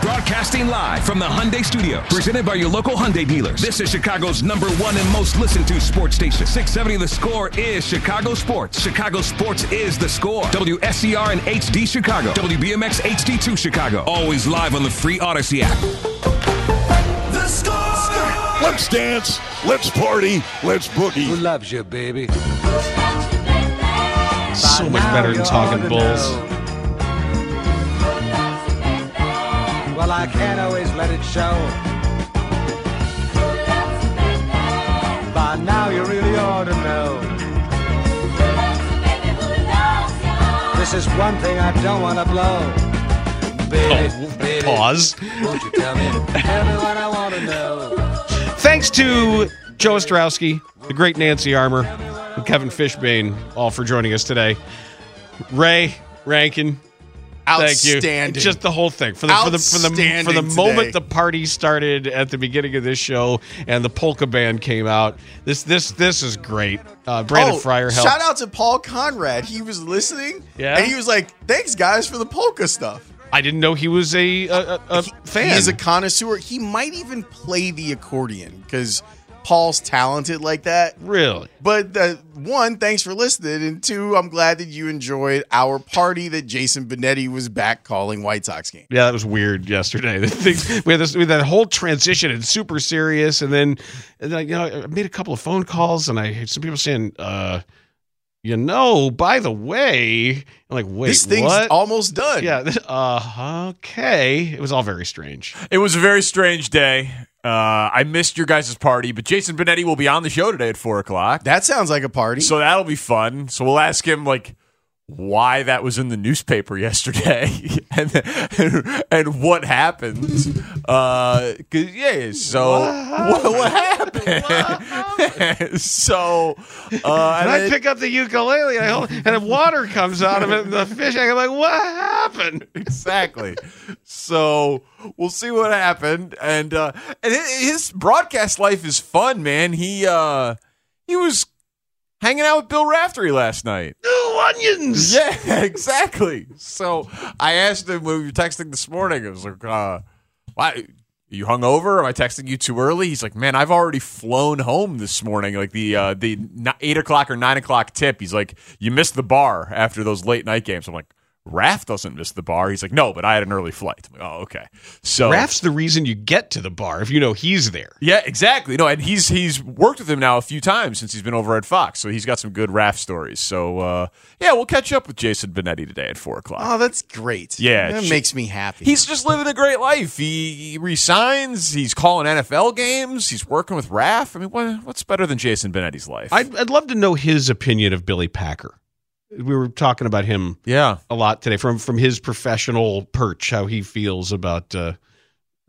Broadcasting live from the Hyundai Studios, presented by your local Hyundai dealers. This is Chicago's number one and most listened to sports station. 670 The Score is Chicago Sports. Chicago Sports is The Score. WSCR and HD Chicago. WBMX HD2 Chicago. Always live on the free Odyssey app. The Score! Let's dance, let's party, let's boogie. Who loves you, baby? So much better than talking bulls. Well, I can't always let it show. By now, you really ought to know. This is one thing I don't want to blow. Baby, Oh, baby, pause. Won't you tell me? Everyone I want to know. Thanks to Joe Ostrowski, the great Nancy Armour, and Kevin Fishbane, all for joining us today. Ray Rankin, thank you. Outstanding. Just the whole thing for the for the for the, for the Outstanding moment today. the party started at the beginning of this show and the polka band came out. This this this is great. Uh, Brandon Oh, Fryer helped. Shout out to Paul Conrad. He was listening. Yeah? And he was like, thanks, guys, for the polka stuff. I didn't know he was a a, a, a fan. He is a connoisseur. He might even play the accordion because Paul's talented like that. really. But uh, one, thanks for listening. And two, I'm glad that you enjoyed our party that Jason Benetti was back calling White Sox game. Yeah, that was weird yesterday. The things- we had this, we had that whole transition and super serious, and then, and then, you know, I made a couple of phone calls, and I heard some people saying, uh, you know, by the way, I'm like, wait, this thing's what? almost done. yeah, this, uh, okay. It was all very strange. It was a very strange day. Uh, I missed your guys' party, but Jason Benetti will be on the show today at four o'clock. That sounds like a party. So that'll be fun. So we'll ask him like why that was in the newspaper yesterday and and, what happened. Uh, 'cause, yeah. So what, what happened? so uh, And and I then- pick up the ukulele, and, I hold, and the water comes out of it, and the fish. I'm like, what happened? exactly. So we'll see what happened, and uh, and hi- his broadcast life is fun, man. He uh, he was hanging out with Bill Raftery last night. New onions. Yeah, exactly. So I asked him when we were texting this morning. It was like, uh, why you hung over? Am I texting you too early? He's like, man, I've already flown home this morning. Like the uh, the ni- eight o'clock or nine o'clock tip. He's like, you missed the bar after those late night games. I'm like. Raf doesn't miss the bar. He's like, no, but I had an early flight. I'm like, oh, okay. So Raph's the reason you get to the bar if you know he's there. yeah, exactly. No, and he's he's worked with him now a few times since he's been over at Fox, so he's got some good Raf stories. So uh, yeah, we'll catch up with Jason Benetti today at four o'clock. Oh, that's great. Yeah, That she- makes me happy. He's just living a great life. He, he resigns. He's calling NFL games. He's working with Raf. I mean, what, what's better than Jason Benetti's life? I'd, I'd love to know his opinion of Billy Packer. We were talking about him yeah, a lot today from from his professional perch, how he feels about because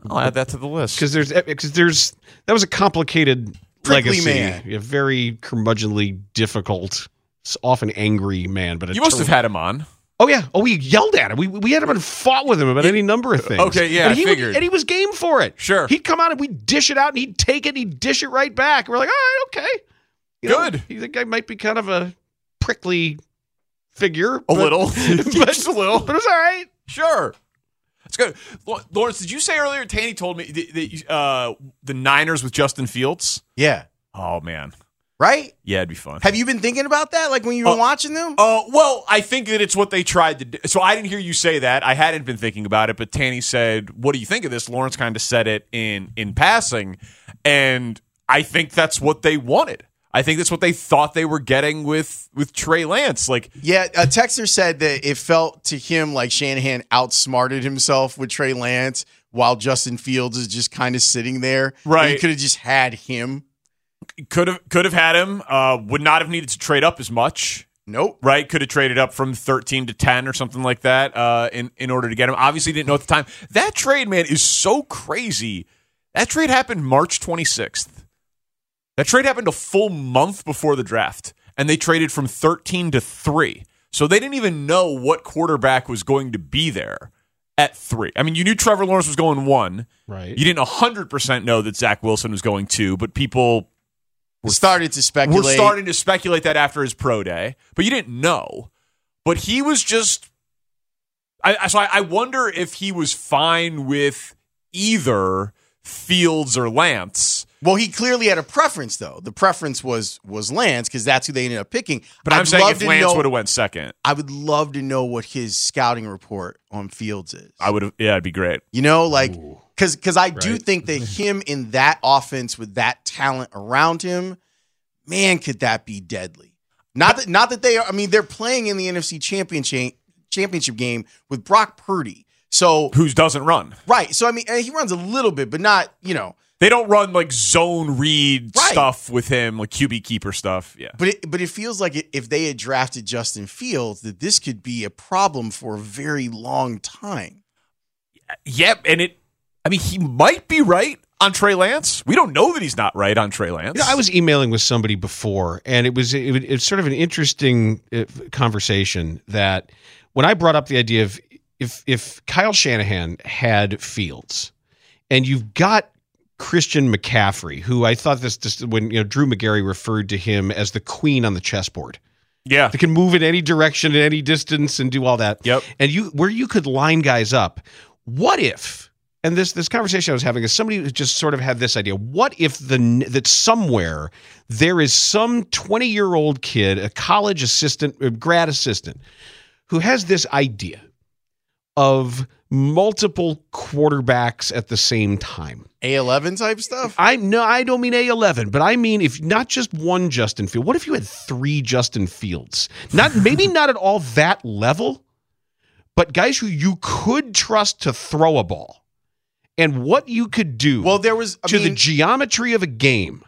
I'll add that to the list. there's because there's that was a complicated Prickly legacy, man. a very curmudgeonly, difficult, s- often angry man. But a You must have terrific- had him on. Oh yeah. Oh, we yelled at him. We we had him and fought with him about any number of things. Okay, yeah, And I he would- figured. and he was game for it. Sure. He'd come out and we'd dish it out, and he'd take it, and he'd dish it right back. We're like, all right, okay, You know, Good. he- the guy might be kind of a prickly figure, A little. Just a little. but it's all right. Sure. That's good. Law- Lawrence, did you say earlier, Tanny told me that, that you- uh, the Niners with Justin Fields? yeah. Oh, man. right? Yeah, it'd be fun. Have you been thinking about that? Like when you've been watching them? Uh, well, I think that it's what they tried to do. So I didn't hear you say that. I hadn't been thinking about it, but Tanny said, "What do you think of this?" Lawrence kind of said it in in passing, and I think that's what they wanted. I think that's what they thought they were getting with with Trey Lance. Like, Yeah, a texter said that it felt to him like Shanahan outsmarted himself with Trey Lance while Justin Fields is just kind of sitting there. Right. You could have just had him. could have could have had him. Uh, would not have needed to trade up as much. Nope. Right? Could have traded up from thirteen to ten or something like that. Uh, in in order to get him. Obviously, didn't know at the time. That trade, man, is so crazy. That trade happened March twenty sixth. That trade happened a full month before the draft, and they traded from thirteen to three. So they didn't even know what quarterback was going to be there at three. I mean, you knew Trevor Lawrence was going one. Right. You didn't hundred percent know that Zach Wilson was going two, but people started to speculate. we're starting to speculate that after his pro day, but you didn't know. But he was just. I, I- so I, I wonder if he was fine with either Fields or Lance. Well, he clearly had a preference though. The preference was was Lance because that's who they ended up picking. But I'm I'd saying love if to Lance know- would have went second, I would love to know what his scouting report on Fields is. I would have. Yeah, it'd be great. You know, like because because I do think that him in that offense with that talent around him, man, could that be deadly? Not that not that they are. I mean, they're playing in the NFC Championship championship game with Brock Purdy. So Who doesn't run? right. So I mean, and he runs a little bit, but not you know. They don't run like zone read Right. stuff with him, like QB keeper stuff. Yeah. But it, but it feels like if they had drafted Justin Fields, that this could be a problem for a very long time. Yep. And it. I mean, he might be right on Trey Lance. We don't know that he's not right on Trey Lance. You know, I was emailing with somebody before, and it was it, was- it's sort of an interesting uh, conversation that when I brought up the idea of if if Kyle Shanahan had Fields, and you've got Christian McCaffrey, who I thought this just when you know Drew McGarry referred to him as the queen on the chessboard Yeah. that can move in any direction at any distance and do all that. Yep. And you where you could line guys up. What if? And this this conversation I was having is somebody who just sort of had this idea. What if the n- that somewhere there is some 20-year-old kid, a college assistant, a grad assistant who has this idea of multiple quarterbacks at the same time. A eleven type stuff. I no, I don't mean A11, but I mean if not just one Justin Field. What if you had three Justin Fields? Not maybe not at all that level, but guys who you could trust to throw a ball, and what you could do Well, there was I to the mean, geometry of a game.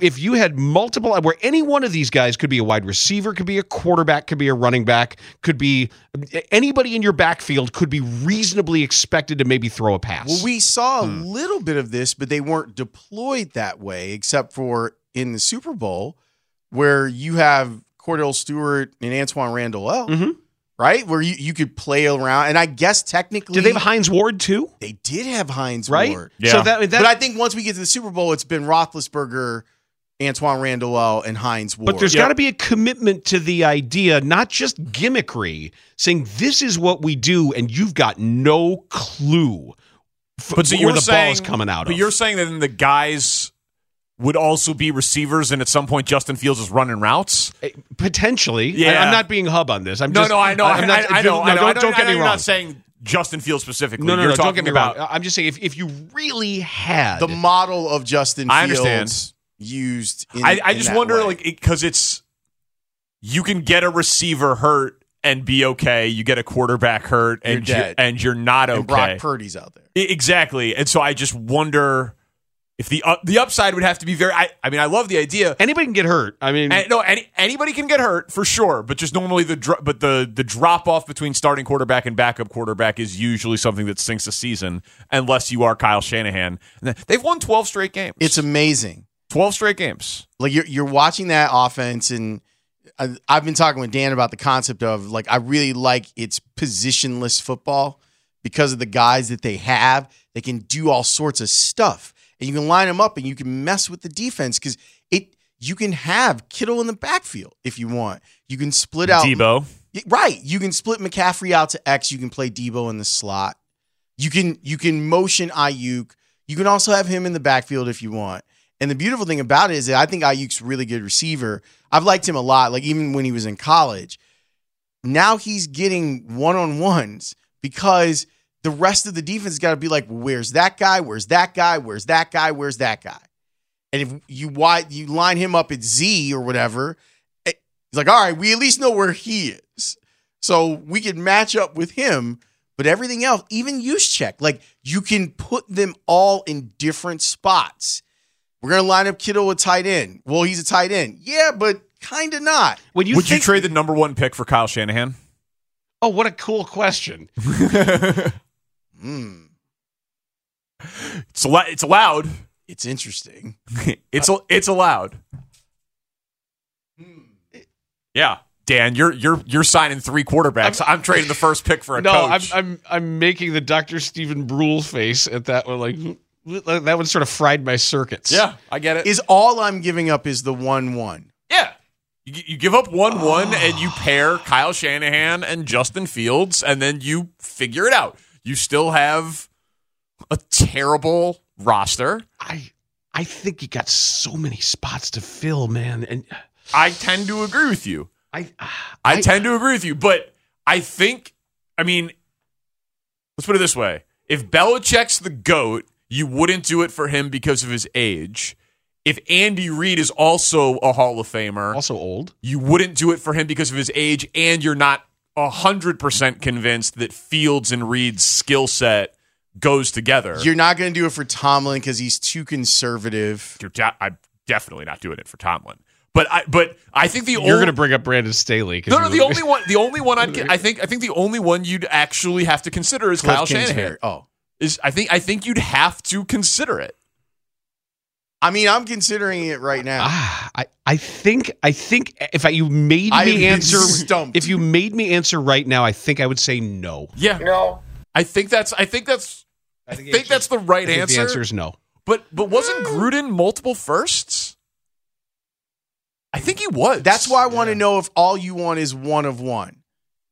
If you had multiple, where any one of these guys could be a wide receiver, could be a quarterback, could be a running back, could be anybody in your backfield, could be reasonably expected to maybe throw a pass. Well, we saw a little bit of this, but they weren't deployed that way, except for in the Super Bowl, where you have Cordell Stewart and Antoine Randall, Mm-hmm. Mhm. right? Where you, you could play around. And I guess technically, Did they have Heinz Ward too? they did have Heinz Right? Ward. Yeah. So that, that but I think once we get to the Super Bowl, it's been Roethlisberger, Antoine Randall, and Heinz Ward. But there's Yep. got to be a commitment to the idea, not just gimmickry, saying this is what we do, and you've got no clue. f- But so where you're the saying, ball is coming out But of. you're saying that then the guys would also be receivers, and at some point Justin Fields is running routes. Eh, potentially. I- Yeah. I'm not being hub on this. I'm No, just, no, I know, I'm not- I, I no, know, don't- I know. I know, don't I get know me you're wrong. Not saying Justin Fields specifically. no, no, you're no, don't get talking me about. wrong. I'm just saying if, if you really had the model of Justin I Fields understand. used. In, I, I in just that wonder, way. like, because it's you can get a receiver hurt and be okay. You get a quarterback hurt You're and you're, dead. and you're not okay. and Brock Purdy's out there. I- Exactly, and so I just wonder if the up the upside would have to be very. I, I mean, I love the idea. anybody can get hurt. I mean, And, no, any, anybody can get hurt for sure, but just normally the dro- but the the drop off between starting quarterback and backup quarterback is usually something that sinks a season, unless you are Kyle Shanahan. And They've won twelve straight games. It's amazing. twelve straight games. Like you're you're watching that offense, and I, I've been talking with Dan about the concept of like I really like it's positionless football because of the guys that they have. They can do all sorts of stuff, and you can line them up, and you can mess with the defense because it. You can have Kittle in the backfield if you want. You can split out Debo, Right. You can split McCaffrey out to X. You can play Debo in the slot. You can you can motion Ayuk. You can also have him in the backfield if you want. And the beautiful thing about it is that I think Ayuk's a really good receiver. I've liked him a lot, like even when he was in college. Now he's getting one on ones because the rest of the defense has got to be like, where's that guy? Where's that guy? Where's that guy? Where's that guy? And if you wide, you line him up at Z or whatever, it- he's like, all right, we at least know where he is. So we can match up with him. But everything else, even use check, like you can put them all in different spots. We're gonna line up Kittle with tight end. Well, he's a tight end. Yeah, but kind of not. When Would you trade the number one pick for Kyle Shanahan? Oh, what a cool question. Hmm, It's al- it's allowed. it's interesting. It's al- it's allowed. Hmm. Yeah, Dan, you're you're you're signing three quarterbacks. I'm, trading the first pick for a No, I'm, coach. I'm I'm making the Dr. Stephen Brule face at that one. Like that one sort of fried my circuits. yeah, I get it. Is all I'm giving up is the one one. yeah. You, you give up one one and you pair Kyle Shanahan and Justin Fields, and then you figure it out. You still have a terrible roster. I I think he got so many spots to fill, man. And I tend to agree with you. I I, tend to agree with you, but I think, I mean, let's put it this way: if Belichick's the goat, you wouldn't do it for him because of his age. If Andy Reid is also a Hall of Famer, also old. you wouldn't do it for him because of his age, and you're not hundred percent convinced that Fields and Reid's skill set goes together. You're not gonna do it for Tomlin because he's too conservative. You're de- I'm definitely not doing it for Tomlin. But I, but I think the You're only- going to bring up Brandon Staley. 'cause No, you no. were- The only one, the only one I'd, I think, I think the only one you'd actually have to consider is Kyle Cliff Kingsbury. Shanahan. Oh, Is I think, I think you'd have to consider it. I mean, I'm considering it right now. Ah, I, I think I think if I, you made I have me been answer stumped. if you made me answer right now, I think I would say no. Yeah. No. I think that's, I think that's, I think, that's the right I think answer. the answer is no. But, but wasn't Mm. Gruden multiple firsts? I think he was. That's why I want to know if all you want is one of one.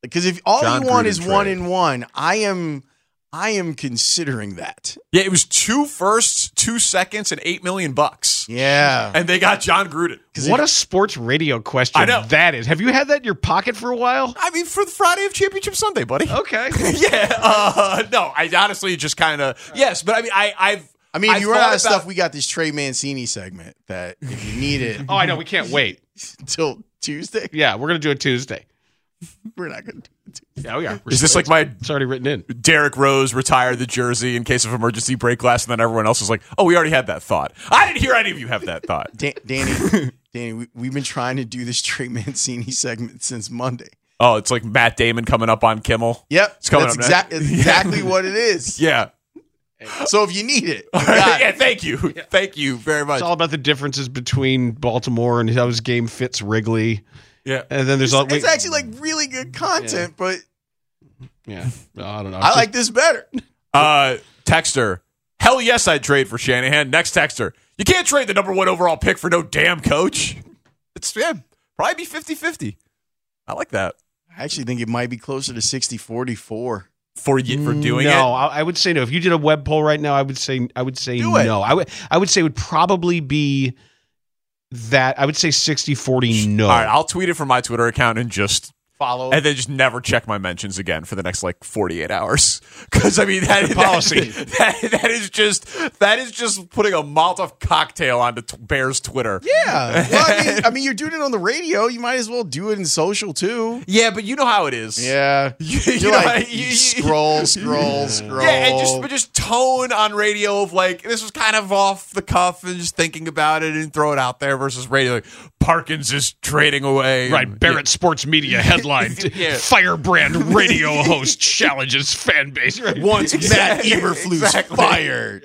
Because if all John you want Gruden is one trade. and one, I am I am considering that. Yeah, it was two firsts, two seconds, and eight million bucks, Yeah. and they got John Gruden. What a sports radio question I know. that is. Have you had that in your pocket for a while? I mean, for the Friday of Championship Sunday, buddy. Okay. yeah. Uh, no, I honestly just kind of yes, but I mean, I, I've. I mean, if you thought run out of about- stuff, we got this Trey Mancini segment that if you need it Oh, I know. We can't wait. until Tuesday, Yeah, we're gonna do it Tuesday. we're not going to do it. Tuesday. Yeah, we are. Is this like my It's already written in. Derek Rose retire the jersey in case of emergency break glass, and then everyone else is like, "Oh, we already had that thought." I didn't hear any of you have that thought. Dan- Danny, Danny, we, we've been trying to do this Trey Mancini segment since Monday. Oh, it's like Matt Damon coming up on Kimmel. Yep. It's coming That's up next. exac- exactly what it is. Yeah. So if you need it, you got yeah. it. Thank you. Thank you very much. It's all about the differences between Baltimore and how his game fits Wrigley. yeah. And then there's all. it's actually like really good content, but yeah. No, I don't know. I like this better. Uh, texter, hell yes, I'd trade for Shanahan. Next texter, you can't trade the number one overall pick for no damn coach. It's yeah, probably be 50 50. I like that I actually think it might be closer to 60 44. for you for doing no, it. I, I would say no. If you did a web poll right now, I would say I would say Do it. no. I would I would say it would probably be that I would say 60-40 no. All right, I'll tweet it from my Twitter account and just Follow. and then just never check my mentions again for the next like 48 hours because I mean that, that policy. that- that is just that is just putting a Molotov cocktail onto t- Bears Twitter. Yeah. Well, I mean, I mean, you're doing it on the radio. You might as well do it in social too. yeah, but you know how it is. Yeah. You- You're you know, like, you- you you- scroll, scroll, scroll. Yeah, and just but just tone on radio of like this was kind of off the cuff and just thinking about it and throw it out there versus radio like Parkins is trading away. Right, Barrett Sports Media headline: Yeah. Firebrand radio host challenges fan base. Right. once Matt Eberflus Exactly. fired.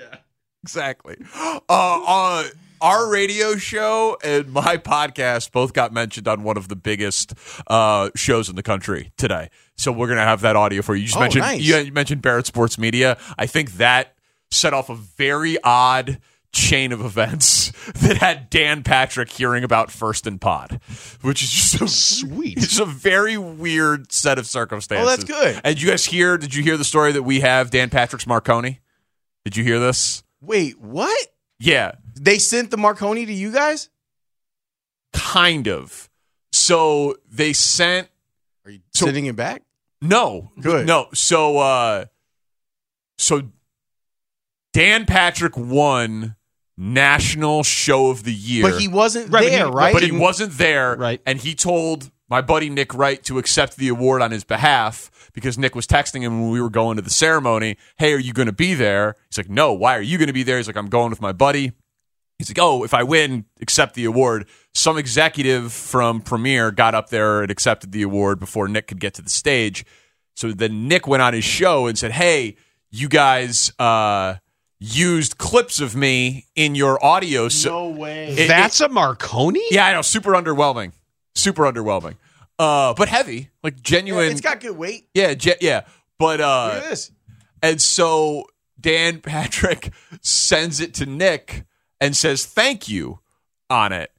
Exactly. Uh, uh, our radio show and my podcast both got mentioned on one of the biggest uh, shows in the country today. So we're gonna have that audio for you. You just Oh, mentioned nice. you, you mentioned Barrett Sports Media. I think that set off a very odd chain of events that had Dan Patrick hearing about First and Pod, which is just a Sweet. It's a very weird set of circumstances. Oh, that's good. And you guys hear? Did you hear the story that we have? Dan Patrick's Marconi. Did you hear this? Wait, what? Yeah. They sent the Marconi to you guys? Kind of. So they sent. Are you sending it back? No. Good. No. So, uh, so Dan Patrick won National Show of the Year. But he wasn't there, right? But he wasn't there. Right. And he told my buddy Nick Wright to accept the award on his behalf because Nick was texting him when we were going to the ceremony. Hey, are you going to be there? He's like, no, why are you going to be there? He's like, I'm going with my buddy. He's like, oh, if I win, accept the award. Some executive from Premiere got up there and accepted the award before Nick could get to the stage. So then Nick went on his show and said, hey, you guys uh, used clips of me in your audio. So no way. It- it- That's a Marconi? yeah, I know. Super underwhelming. Super underwhelming. Uh, but heavy, like genuine. it's got good weight. yeah, ge- yeah. But Look uh, at this. and so Dan Patrick sends it to Nick and says thank you on it.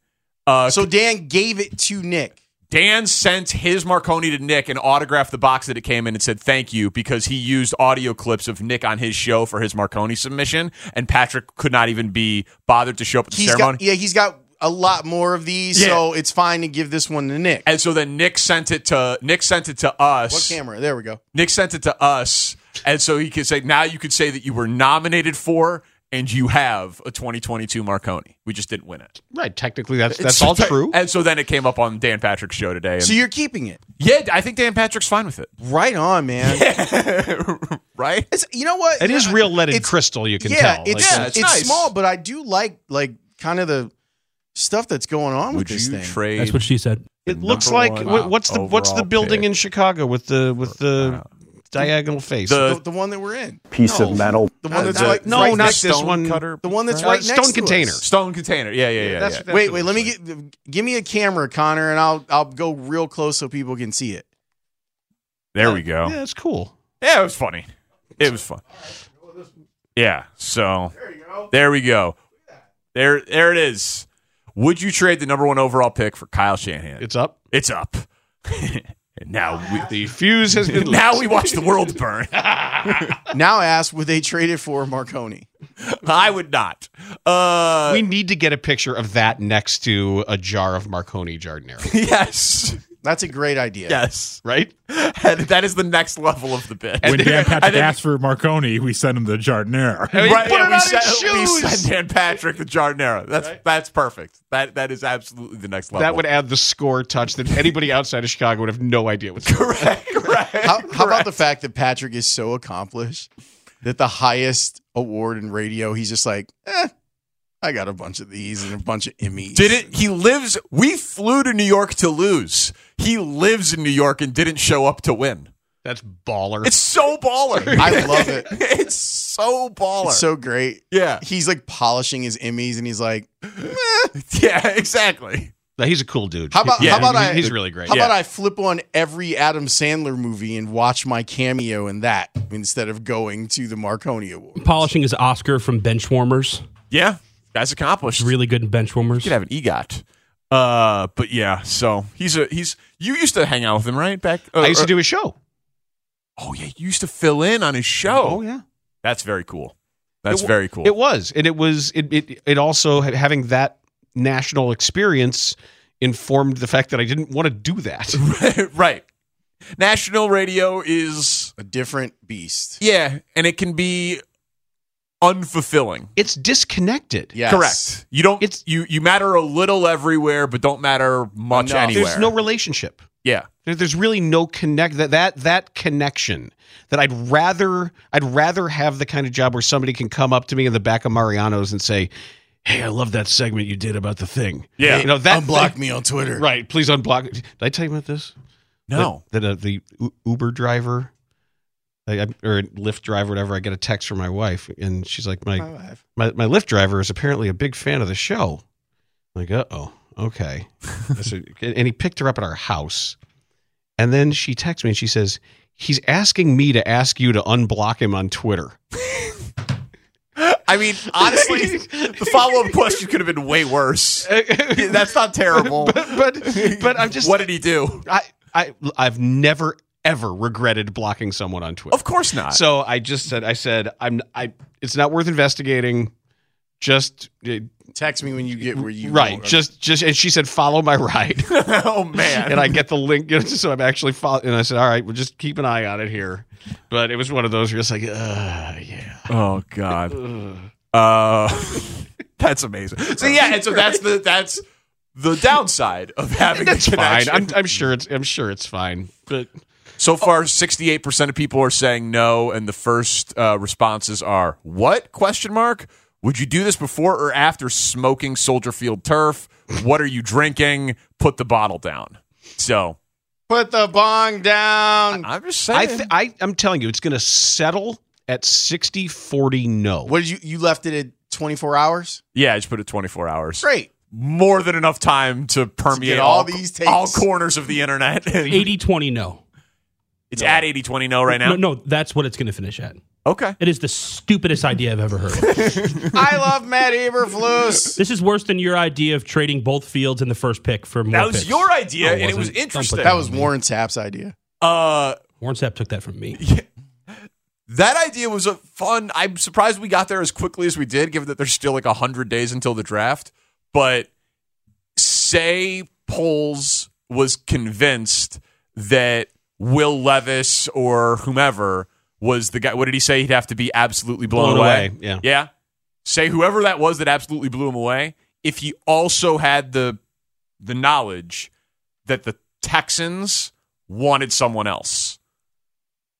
Uh, So Dan gave it to Nick. Dan sent his Marconi to Nick and autographed the box that it came in and said thank you because he used audio clips of Nick on his show for his Marconi submission, and Patrick could not even be bothered to show up at the He's ceremony. got yeah, he's got a lot more of these, Yeah. so it's fine to give this one to Nick. And so then Nick sent it to Nick sent it to us. What camera? There we go. Nick sent it to us, and so he could say now you could say that you were nominated for and you have a 2022 Marconi. We just didn't win it. Right. Technically, that's that's all true. And so then it came up on Dan Patrick's show today. And So you're keeping it. yeah, I think Dan Patrick's fine with it, Right on, man. right? It's you know what? It is Yeah, real leaded it's- crystal, you can yeah, tell. It's, Yeah, Like, it's it's, nice. small, but I do like like kind of the stuff that's going on with this thing. trade? That's what she said. it looks number like one what- what's the what's the overall building pick. Uh, in Chicago with the with the diagonal face? The- the, the one that we're in. piece of metal. The one that's the- like No, right not next- this stone one. cutter. the one that's Uh, right stone next to us. container. Stone container. Yeah, yeah, yeah. yeah. that's- Wait, wait. what Let me it get give me a camera, Connor, and I'll I'll go real close so people can see it. There we go. Yeah, it's cool. Yeah, it was funny. It was fun. Yeah. So there, we go. There, there it is. Would you trade the number one overall pick for Kyle Shanahan? It's up. It's up. And now we The fuse has been now we watch the world burn. Now ask would they trade it for Marconi? I would not. Uh, we need to get a picture of that next to a jar of Marconi Giardinero, yes, That's a great idea. yes. right? And that is the next level of the bit. When Dan Patrick and then- asked for Marconi, we sent him the Jardinere. He Right, put yeah, it we, on sent, his we shoes. sent Dan Patrick the Jardinera. That's that's perfect. That that is absolutely the next level. That would add the score touch that anybody outside of Chicago would have no idea what's going on. correct, correct. How, how about the fact that Patrick is so accomplished that the highest award in radio, he's just like, eh, I got a bunch of these and a bunch of Emmys. Did it? He lives. We flew to New York to lose. He lives in New York and didn't show up to win. That's baller. It's so baller. I love it. it's so baller. It's so great. yeah, He's like polishing his Emmys and he's like, yeah, exactly. No, he's a cool dude. How about- yeah, how about I mean, I- he's really great. how Yeah. about I flip on every Adam Sandler movie and watch my cameo in that instead of going to the Marconi Award? Polishing his Oscar from Benchwarmers. Yeah, that's accomplished. Really good in Benchwarmers. could have an egot. Uh, but yeah. So he's a he's. You used to hang out with him, right? Back. uh, I used to do a show. Oh yeah, you used to fill in on his show. Oh, yeah. That's very cool. That's It wa- very cool. It was, and it was, it, it, it also had, having that national experience informed the fact that I didn't want to do that. right. National radio is A different beast. yeah, and it can be unfulfilling. It's disconnected. Yes. Correct. You don't. It's- you. You matter a little everywhere, but don't matter much Enough. anywhere. There's no relationship. yeah. There- There's really no connect that that that connection that I'd rather I'd rather have the kind of job where somebody can come up to me in the back of Mariano's and say, "Hey, I love that segment you did about the thing." Yeah. you know that Unblock me on Twitter. Right, please unblock. Did I tell you about this? No. that, that, uh, the U- Uber driver I, I, or Lyft driver, whatever. I get a text from my wife, and she's like, "My My life. my, my Lyft driver is apparently a big fan of the show. I'm like, uh oh, okay. I said- and he picked her up at our house. And then she texts me and she says, He's asking me to ask you to unblock him on Twitter. I mean, honestly, the follow-up question could have been way worse. That's not terrible. but, but, but I'm just, what did he do? I, I, I've never, ever regretted blocking someone on Twitter. Of course not. So I just said, I said, I'm, I, it's not worth investigating. just uh, text me when you get where you right. want. Just just and she said follow my ride. oh man! and I get the link, you know, so I'm actually follow. And I said, all right, we'll just keep an eye on it here. But it was one of those where it's like, uh, yeah. Oh God. uh, that's amazing. So yeah, and so that's the that's the downside of having That's the fine. connection. I'm, I'm sure it's I'm sure it's fine. But So far, sixty-eight percent of people are saying no, and the first uh, responses are "What?" question mark Would you do this before or after smoking Soldier Field turf? What are you drinking? Put the bottle down. So Put the bong down. I, am just I, th- I I'm telling you, it's going to settle at 60 40 no. What did you you left it at 24 hours? yeah, I just put it twenty-four hours. Great. more than enough time to permeate all all these co- all tapes. corners of the internet. 80 20 no. It's at 80-20 no right now. No, no, that's what it's going to finish at. Okay. It is the stupidest idea I've ever heard. I love Matt Eberflus. this is worse than your idea of trading both fields in the first pick for more That was picks. your idea, No, and it was wasn't. Don't put interesting. That was Warren Sapp's idea. uh, Warren Sapp took that from me. that idea was a fun. I'm surprised we got there as quickly as we did, given that there's still like hundred days until the draft. But say polls was convinced that Will Levis or whomever was the guy. What did he say? He'd have to be absolutely blown, Blown away, yeah. Yeah. Say whoever that was that absolutely blew him away. If he also had the the knowledge that the Texans wanted someone else.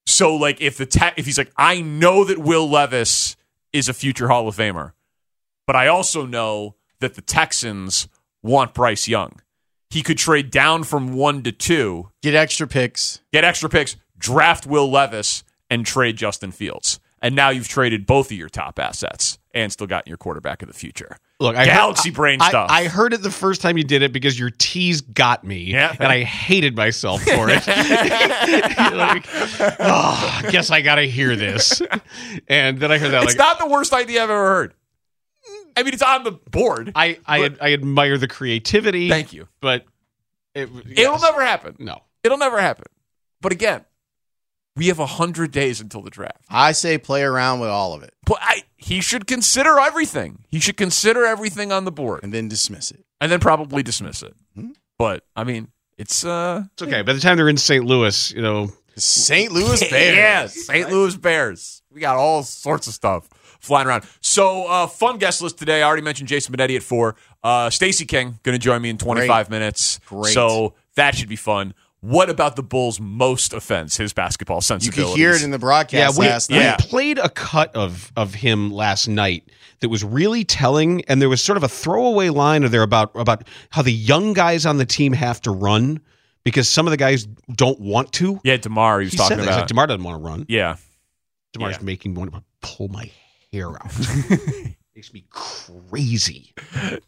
So like if the te- if he's like I know that Will Levis is a future Hall of Famer, but I also know that the Texans want Bryce Young. He could trade down from 1 to 2, Get extra picks. get extra picks, draft Will Levis and trade Justin Fields. And now you've traded both of your top assets and still gotten your quarterback of the future. Look, I Galaxy brain I- stuff. I, heard it the first time you did it because your tease got me, Yeah. and I hated myself for it. like, oh, I guess I got to hear this. And then I heard that it's like not the worst idea I've ever heard. I mean, it's on the board. I I, ad- I admire the creativity. Thank you. but it, It'll yes. never happen. no. It'll never happen. But again, we have 100 days until the draft. I say play around with all of it But I, he should consider everything. He should consider everything on the board and then dismiss it. and then probably dismiss it. But I mean, it's uh Hmm? It's okay. By the time they're in St. Louis, you know, St. Louis Bears. Yeah, St. Louis Bears. We got all sorts of stuff flying around. So, uh, fun guest list today. I already mentioned Jason Benetti at four. Uh, Stacy King going to join me in 25 minutes. Great. So, that should be fun. What about the Bulls' most offense, his basketball You sensibilities? could hear it in the broadcast we, last we night. played a cut of of him last night that was really telling, and there was sort of a throwaway line of there about about how the young guys on the team have to run because some of the guys don't want to. yeah, DeMar, he was He talking said that. He's about. like, Demar doesn't want to run. yeah. Demar's Yeah. making me want to pull my hair out. Makes me crazy.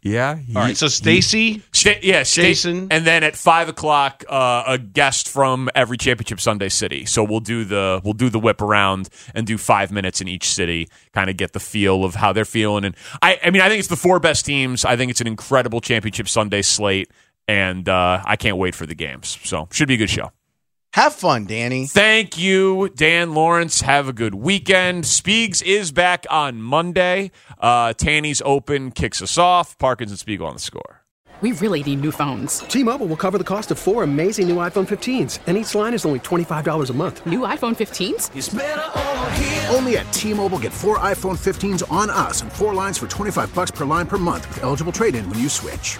Yeah. All right, so Stacy, Sta- yeah, Sta- Jason. and then at five o'clock, uh, a guest from every championship Sunday city. So we'll do the we'll do the whip around and do five minutes in each city, kind of get the feel of how they're feeling. And I, I mean, I think it's the four best teams. I think it's an incredible championship Sunday slate, and uh, I can't wait for the games. So should be a good show. Have fun, Danny. Thank you, Dan Lawrence. Have a good weekend. Speegs is back on Monday. Uh, Tanny's Open kicks us off. Parkinson Spiegel on the score. We really need new phones. T-Mobile will cover the cost of four amazing new iPhone 15s, and each line is only $25 a month. New iPhone 15s? Only at T-Mobile, get four iPhone 15s on us and four lines for 25 bucks per line per month with eligible trade-in when you switch.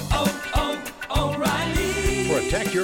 Protect your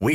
We